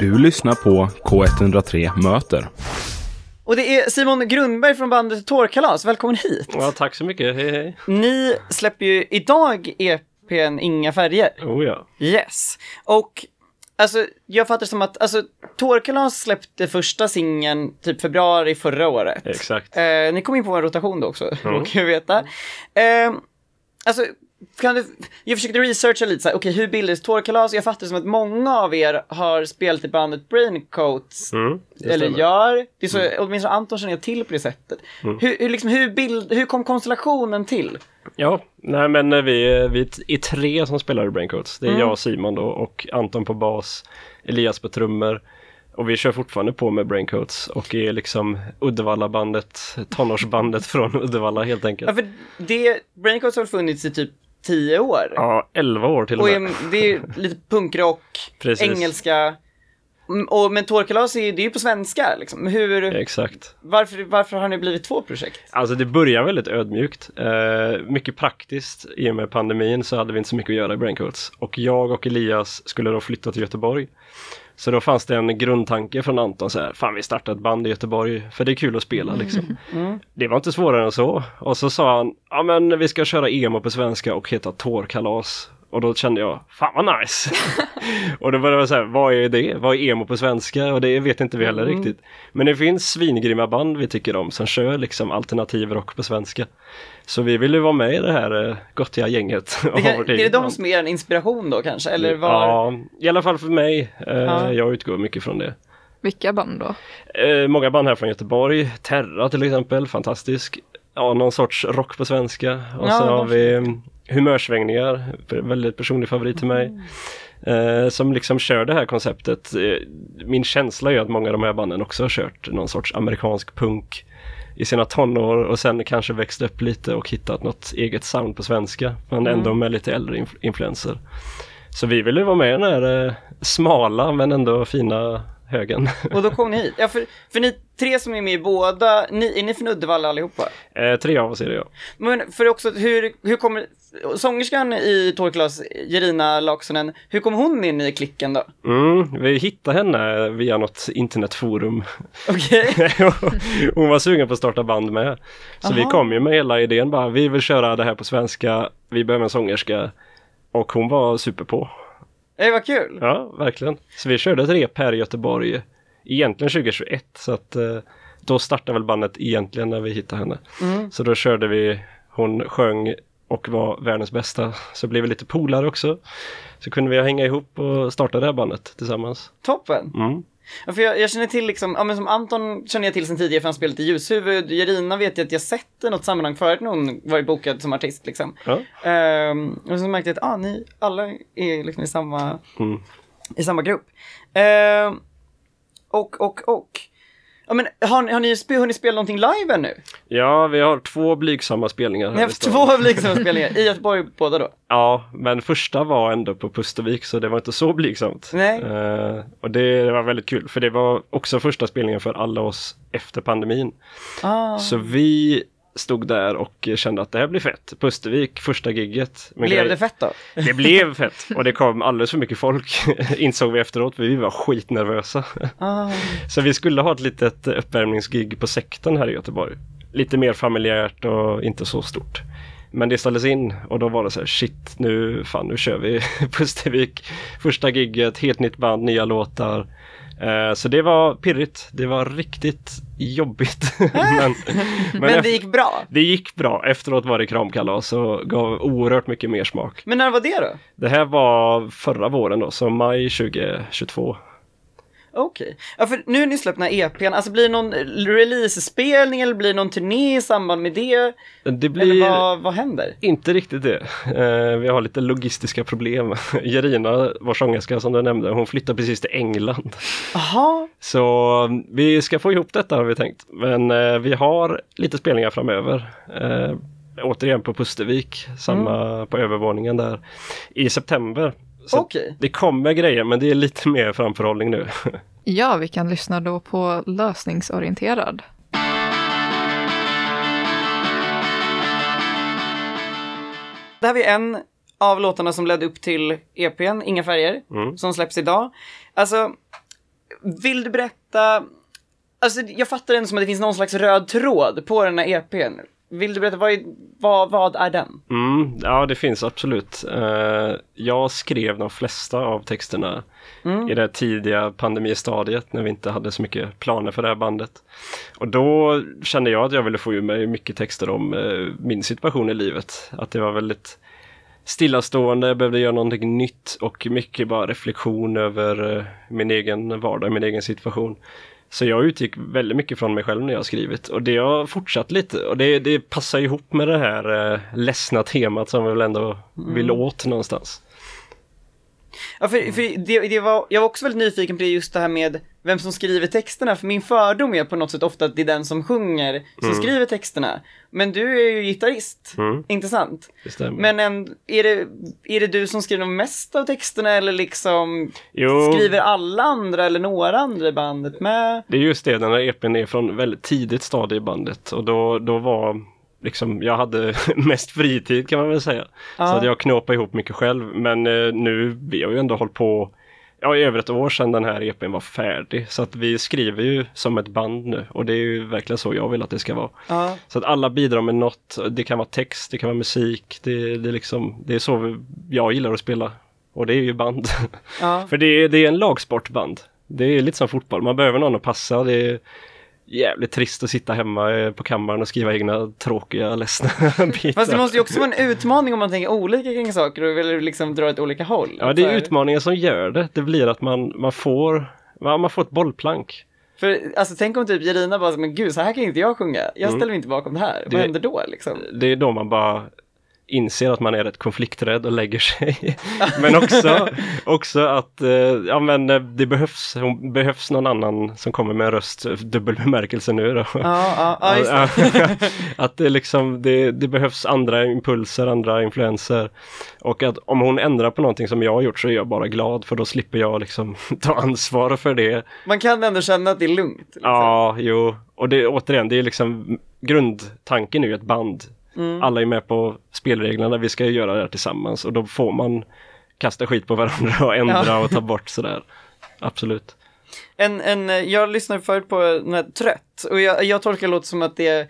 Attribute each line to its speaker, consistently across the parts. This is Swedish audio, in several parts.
Speaker 1: Du lyssnar på K103 Möter.
Speaker 2: Och det är Simon Grundberg från bandet Tårkalas, välkommen hit!
Speaker 3: Ja, tack så mycket. Hej, hej.
Speaker 2: Ni släpper ju idag EPn Inga färger.
Speaker 3: Oh, ja.
Speaker 2: Yes. Och alltså, jag fattar som att alltså, Tårkalas släppte första singeln typ februari förra året.
Speaker 3: Exakt.
Speaker 2: Eh, ni kom in på en rotation då också, råkar jag veta. Eh, alltså, kan du, jag försökte researcha lite så här, okej hur bildades Tårkalas? Jag fattar som att många av er har spelat i bandet Braincoats,
Speaker 3: Mm, det
Speaker 2: eller
Speaker 3: stämmer.
Speaker 2: gör. Det är så, Åtminstone Anton känner jag till på det sättet.
Speaker 3: Mm.
Speaker 2: Hur, hur, liksom, hur, bild, hur kom konstellationen till?
Speaker 3: Ja, nej men eh, vi, vi är tre som spelar i Braincoats.
Speaker 2: Mm.
Speaker 3: Det är jag och Simon då och Anton på bas, Elias på trummor. Och vi kör fortfarande på med Braincoats och är liksom Uddevalla-bandet, tonårsbandet från Uddevalla helt
Speaker 2: Ja,
Speaker 3: enkelt.
Speaker 2: för det, Braincoats har väl funnits i typ tio år?
Speaker 3: Ja, 11 år till och
Speaker 2: Och
Speaker 3: med.
Speaker 2: är, det är ju lite punkrock,
Speaker 3: Precis.
Speaker 2: engelska. Mm, Och, men Tårkalas är ju, det är ju på svenska liksom. Hur,
Speaker 3: Exakt.
Speaker 2: varför, varför har ni blivit två projekt?
Speaker 3: Alltså det börjar väldigt ödmjukt. Eh, mycket praktiskt i och med pandemin så hade vi inte så mycket att göra i Braincoats. Och jag och Elias skulle då flytta till Göteborg. Så då fanns det en grundtanke från Anton så här, fan vi startar ett band i Göteborg för det är kul att spela
Speaker 2: Mm.
Speaker 3: liksom. Det var inte svårare än så. Och så sa han, ja men vi ska köra emo på svenska och heta Tårkalas. Och då kände jag, fan vad nice! och då började jag säga, vad är det? Vad är emo på svenska? Och det vet inte vi
Speaker 2: Mm.
Speaker 3: heller riktigt. Men det finns svingrymma band vi tycker om som kör liksom alternativ rock på svenska. Så vi vill ju vara med i det här eh, gottiga gänget. och
Speaker 2: Det
Speaker 3: ha
Speaker 2: kan,
Speaker 3: vårt
Speaker 2: är det
Speaker 3: eget
Speaker 2: de
Speaker 3: band.
Speaker 2: som är en inspiration då kanske? Eller var,
Speaker 3: Ja, i alla fall för mig. Eh,
Speaker 2: Ja.
Speaker 3: Jag utgår mycket från det.
Speaker 4: Vilka band då?
Speaker 3: Eh, många band här från Göteborg, Terra till exempel, fantastisk. Ja, någon sorts rock på svenska. Och
Speaker 2: Ja,
Speaker 3: så har
Speaker 2: varför
Speaker 3: vi eh, humörsvängningar, p- väldigt personlig favorit till mig.
Speaker 2: Mm.
Speaker 3: Eh, som liksom kör det här konceptet. Eh, min känsla är att många av de här banden också har kört någon sorts amerikansk punk i sina tonår och sen kanske växt upp lite och hittat något eget sound på svenska. Men
Speaker 2: Mm.
Speaker 3: ändå med lite äldre inf- influenser. Så vi ville vara med i den här eh, smala men ändå fina högen.
Speaker 2: Och då kom ni hit. Ja, för, för ni tre som är med i båda, ni, är ni från Uddevalla allihopa?
Speaker 3: Eh, tre av oss är det ja.
Speaker 2: Men för också, hur, hur kommer, sångerskan i Tårkalas, Jerina Laksonen, hur kom hon in i klicken då?
Speaker 3: Mm, vi hittade henne via något internetforum.
Speaker 2: Okej,
Speaker 3: Hon var sugen på att starta band med. Så vi
Speaker 2: Aha.
Speaker 3: kom ju med hela idén bara, vi vill köra det här på svenska, vi behöver en sångerska. Och hon var super på.
Speaker 2: det var kul.
Speaker 3: Ja, verkligen. Så vi körde ett rep här i Göteborg, egentligen 2021, så att eh, då startade väl bandet egentligen när vi hittade henne.
Speaker 2: Mm.
Speaker 3: Så då körde vi, hon sjöng och var världens bästa, så blev vi lite polare också. Så kunde vi hänga ihop och starta det här bandet tillsammans.
Speaker 2: Toppen.
Speaker 3: Mm.
Speaker 2: Ja, för jag, jag känner till liksom, ja men som Anton känner jag till sen tidigare för han spelat i Ljushuvud. Jerina vet jag att jag sett i något sammanhang förut när hon varit bokad som artist liksom.
Speaker 3: Ja.
Speaker 2: Ehm, och så märkte jag att ah, ni alla är liksom i samma,
Speaker 3: Mm.
Speaker 2: i samma grupp. Ehm, och, och, och. Ja men har, ni- har ni sp- hunnit spela någonting live ännu?
Speaker 3: Ja, vi har två blygsamma spelningar här
Speaker 2: Ni har
Speaker 3: i
Speaker 2: haft
Speaker 3: stan.
Speaker 2: två av liksom spelningar i Göteborg båda då.
Speaker 3: Ja, men första var ändå på Pustervik så det var inte så blygsamt.
Speaker 2: Nej.
Speaker 3: Eh, och det var väldigt kul för det var också första spelningen för alla oss efter pandemin.
Speaker 2: Ah.
Speaker 3: Så vi stod där och kände att det här blir fett. Pustervik, första gigget. Men
Speaker 2: Blev
Speaker 3: grej-
Speaker 2: det fett då?
Speaker 3: Det blev fett och det kom alldeles för mycket folk insåg vi efteråt för vi var skitnervösa.
Speaker 2: Ah.
Speaker 3: Så vi skulle ha ett litet uppvärmningsgig på sekten här i Göteborg. Lite mer familjärt och inte så stort. Men det ställdes in och då var det så här shit nu fan nu kör vi Pustervik. Första gigget, helt nytt band, nya låtar. Eh, Så det var pirrigt. Det var riktigt jobbigt. men, men,
Speaker 2: Men
Speaker 3: efter-
Speaker 2: det gick bra.
Speaker 3: det gick bra. Efteråt var det kramkalas och gav oerhört mycket mer smak.
Speaker 2: Men när var det då?
Speaker 3: Det här var förra våren då, så maj 2022.
Speaker 2: Okej. Ja, för nu har ni släppt den här EPn. Alltså blir det någon releasespelning eller blir det någon turné i samband med det?
Speaker 3: Det
Speaker 2: Eller
Speaker 3: blir...
Speaker 2: vad, vad händer?
Speaker 3: Inte riktigt det. Eh, vi har lite logistiska problem. Jerina, vår sångerska som du nämnde, hon flyttar precis till England.
Speaker 2: Jaha,
Speaker 3: Så mm, vi ska få ihop detta har vi tänkt. Men eh, vi har lite spelningar framöver. Eh, återigen på Pustervik, samma på övervåningen där, i september. Så
Speaker 2: Okej.
Speaker 3: Det kommer grejer men det är lite mer framförhållning nu.
Speaker 4: Ja, vi kan lyssna då på Lösningsorienterad.
Speaker 2: det här var ju en E av låtarna som ledde upp till EPn, Inga färger, som släpps idag. Alltså, vill du berätta, alltså jag fattar det ändå som att det finns någon slags röd tråd på den här EPn. Vill du berätta, vad är, vad, vad är den?
Speaker 3: Mm, ja, det finns absolut. Eh, jag skrev de flesta av texterna i det tidiga pandemistadiet när vi inte hade så mycket planer för det här bandet. Och då kände jag att jag ville få ur mig mycket texter om eh, min situation i livet. Att det var väldigt stillastående, jag behövde göra någonting nytt och mycket bara reflektion över eh, min egen vardag, min egen situation. Så jag utgick väldigt mycket från mig själv när jag har skrivit och det har fortsatt lite och det, det passar ihop med det här eh, ledsna temat som vi väl ändå vill
Speaker 2: Mm.
Speaker 3: åt någonstans.
Speaker 2: Ja, för, för det, det var, jag var också väldigt nyfiken på det just det här med vem som skriver texterna, för min fördom är på något sätt ofta att det är den som sjunger som skriver texterna. Men du är ju gitarrist,
Speaker 3: Mm.
Speaker 2: inte sant?
Speaker 3: Det stämmer.
Speaker 2: Men en, är, det, är det du som skriver mest av texterna eller liksom
Speaker 3: Jo.
Speaker 2: skriver alla andra eller några andra i bandet med?
Speaker 3: Det är just det, den här EPn är från väldigt tidigt stadie i bandet och då, då var liksom, jag hade mest fritid kan man väl säga. Så
Speaker 2: Ja.
Speaker 3: att jag knåpade ihop mycket själv men eh, nu, vi har ju ändå hållit på Ja, i över ett år sedan den här EPn var färdig. Så att vi skriver ju som ett band nu och det är ju verkligen så jag vill att det ska vara.
Speaker 2: Ja.
Speaker 3: Så att alla bidrar med något. Det kan vara text, det kan vara musik. Det, det, är liksom, det är så vi- jag gillar att spela. Och det är ju band.
Speaker 2: Ja.
Speaker 3: För det är, det är en lagsportband. Det är lite som fotboll, man behöver någon att passa. Det är jävligt trist att sitta hemma eh, på kammaren och skriva egna tråkiga, ledsna bitar.
Speaker 2: Fast det måste ju också vara en utmaning om man tänker olika kring saker och vill liksom dra åt olika håll.
Speaker 3: Ja, det
Speaker 2: Så
Speaker 3: är
Speaker 2: här.
Speaker 3: utmaningen som gör det. Det blir att man, man, får, ja, man får ett bollplank.
Speaker 2: För alltså tänk om typ Jerina bara, så, men gud så här kan inte jag sjunga, jag ställer mig inte bakom det här.
Speaker 3: Mm. Det-
Speaker 2: Vad händer då liksom?
Speaker 3: det är då man bara inser att man är rätt konflikträdd och lägger sig. Men också, också att eh, ja, men eh, det behövs, hon, behövs någon annan som kommer med en röst, eh, dubbel bemärkelse nu då.
Speaker 2: Ja, ja, ja, just det.
Speaker 3: att det, liksom, det, det behövs andra impulser, andra influenser. Och att om hon ändrar på någonting som jag har gjort så är jag bara glad för då slipper jag liksom ta ansvar för det.
Speaker 2: Man kan ändå känna att det är lugnt. Liksom.
Speaker 3: Ja, jo. Och det, återigen, det är liksom grundtanken är ju ett band. Alla är med på spelreglerna, vi ska ju göra det här tillsammans och då får man kasta skit på varandra och ändra och ta bort sådär. Absolut.
Speaker 2: En, en, eh, jag lyssnade förut på den här Trött och jag, jag tolkar låt som att det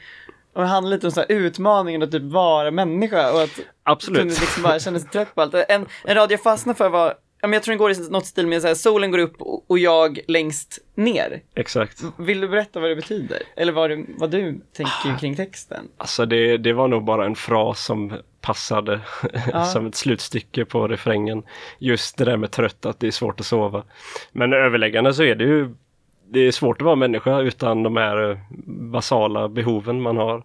Speaker 2: och det handlar lite om så här utmaningen att typ vara människa och att
Speaker 3: Absolut.
Speaker 2: kunde liksom bara känna sig trött på allt. En, en rad jag fastnade för var, ja, men jag tror den går i något stil med så här, solen går upp och och jag längst ner.
Speaker 3: Exakt.
Speaker 2: Vill du berätta vad det betyder? Eller vad du, vad du tänker kring texten?
Speaker 3: Alltså det, det var nog bara en fras som passade som ett slutstycke på refrängen. Just det där med trött, att det är svårt att sova. Men överläggande så är det ju det är svårt att vara människa utan de här eh, basala behoven man har.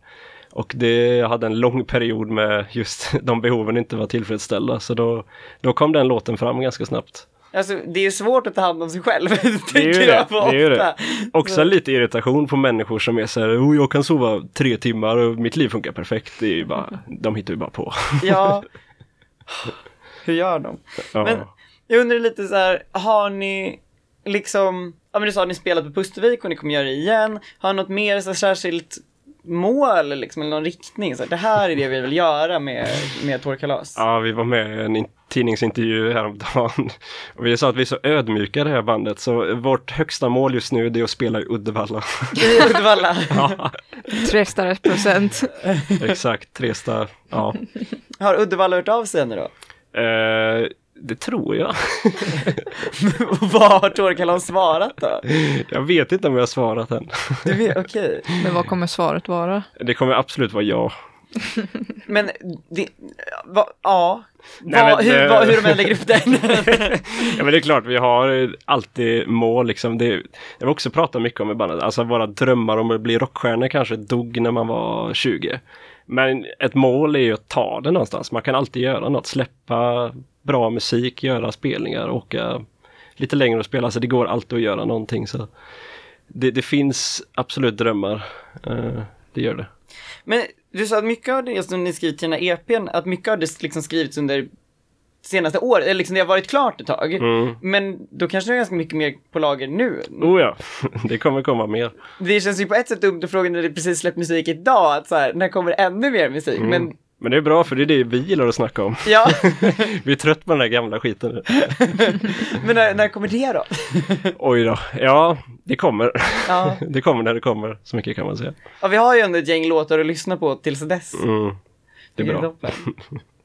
Speaker 3: Och det, jag hade en lång period med just de behoven inte var tillfredsställda så då, då kom den låten fram ganska snabbt.
Speaker 2: Alltså, det är svårt att ta hand om sig själv,
Speaker 3: Det är ju
Speaker 2: tänker
Speaker 3: det.
Speaker 2: jag
Speaker 3: det,
Speaker 2: på
Speaker 3: är ju det.
Speaker 2: ofta.
Speaker 3: Också
Speaker 2: Så-
Speaker 3: lite irritation på människor som är så här, oh, jag kan sova tre timmar och mitt liv funkar perfekt. Det är ju bara, de hittar ju bara på.
Speaker 2: Ja. Hur gör de?
Speaker 3: Ja.
Speaker 2: Men jag undrar lite så här, har ni liksom, ja men du sa att ni spelat på Pustervik och ni kommer göra det igen. Har ni något mer så här, särskilt mål liksom, eller någon riktning? Så här, det här är det vi vill göra med, med Torkalas.
Speaker 3: Ja, vi var med i en in- tidningsintervju häromdagen. Och vi sa att vi är så ödmjuka i det här bandet, så vårt högsta mål just nu det är att spela i Uddevalla.
Speaker 2: I Uddevalla.
Speaker 3: ja,
Speaker 4: Trestare procent.
Speaker 3: exakt, Tresta. Ja.
Speaker 2: Har Uddevalla hört av sig ännu då?
Speaker 3: Eh, det tror jag.
Speaker 2: Vad har Torkalas svarat då?
Speaker 3: Jag vet inte om jag har svarat än.
Speaker 2: Du vet, okej.
Speaker 4: Men vad kommer svaret vara?
Speaker 3: Det kommer absolut vara ja.
Speaker 2: Men det, va, ja.
Speaker 3: Nej,
Speaker 2: va,
Speaker 3: men
Speaker 2: hur,
Speaker 3: det-
Speaker 2: va, hur de än lägger upp den.
Speaker 3: Ja men det är klart, vi har eh, alltid mål liksom. Det, jag har också pratat mycket om i bandet, alltså våra drömmar om att bli rockstjärnor kanske dog när man var 20. Men ett mål är ju att ta det någonstans. Man kan alltid göra något, släppa bra musik, göra spelningar, åka lite längre och spela. Så det går alltid att göra någonting. Så det, det finns absolut drömmar. Eh, det gör det.
Speaker 2: Men du sa att mycket av det som ni skrivit till den här EPn, att mycket av det liksom skrivits under senaste året, eller liksom det har varit klart ett tag.
Speaker 3: Mm.
Speaker 2: Men då kanske det är ganska mycket mer på lager nu.
Speaker 3: Oh ja, det kommer komma mer. Mm.
Speaker 2: Det känns ju på ett sätt dumt att fråga när det precis släppt musik idag, att så här, när kommer ännu mer musik? Men
Speaker 3: Men det är bra för det är det vi gillar att snacka om.
Speaker 2: Ja,
Speaker 3: Vi är trött på den där gamla skiten nu.
Speaker 2: men när, när kommer det då?
Speaker 3: Oj då. Ja, det kommer.
Speaker 2: Ja.
Speaker 3: Det kommer när det kommer. Så mycket kan man säga.
Speaker 2: ja, vi har ju ändå ett gäng låtar att lyssna på tills dess.
Speaker 3: Mm. Det är
Speaker 2: Vilket
Speaker 3: bra.
Speaker 2: toppen.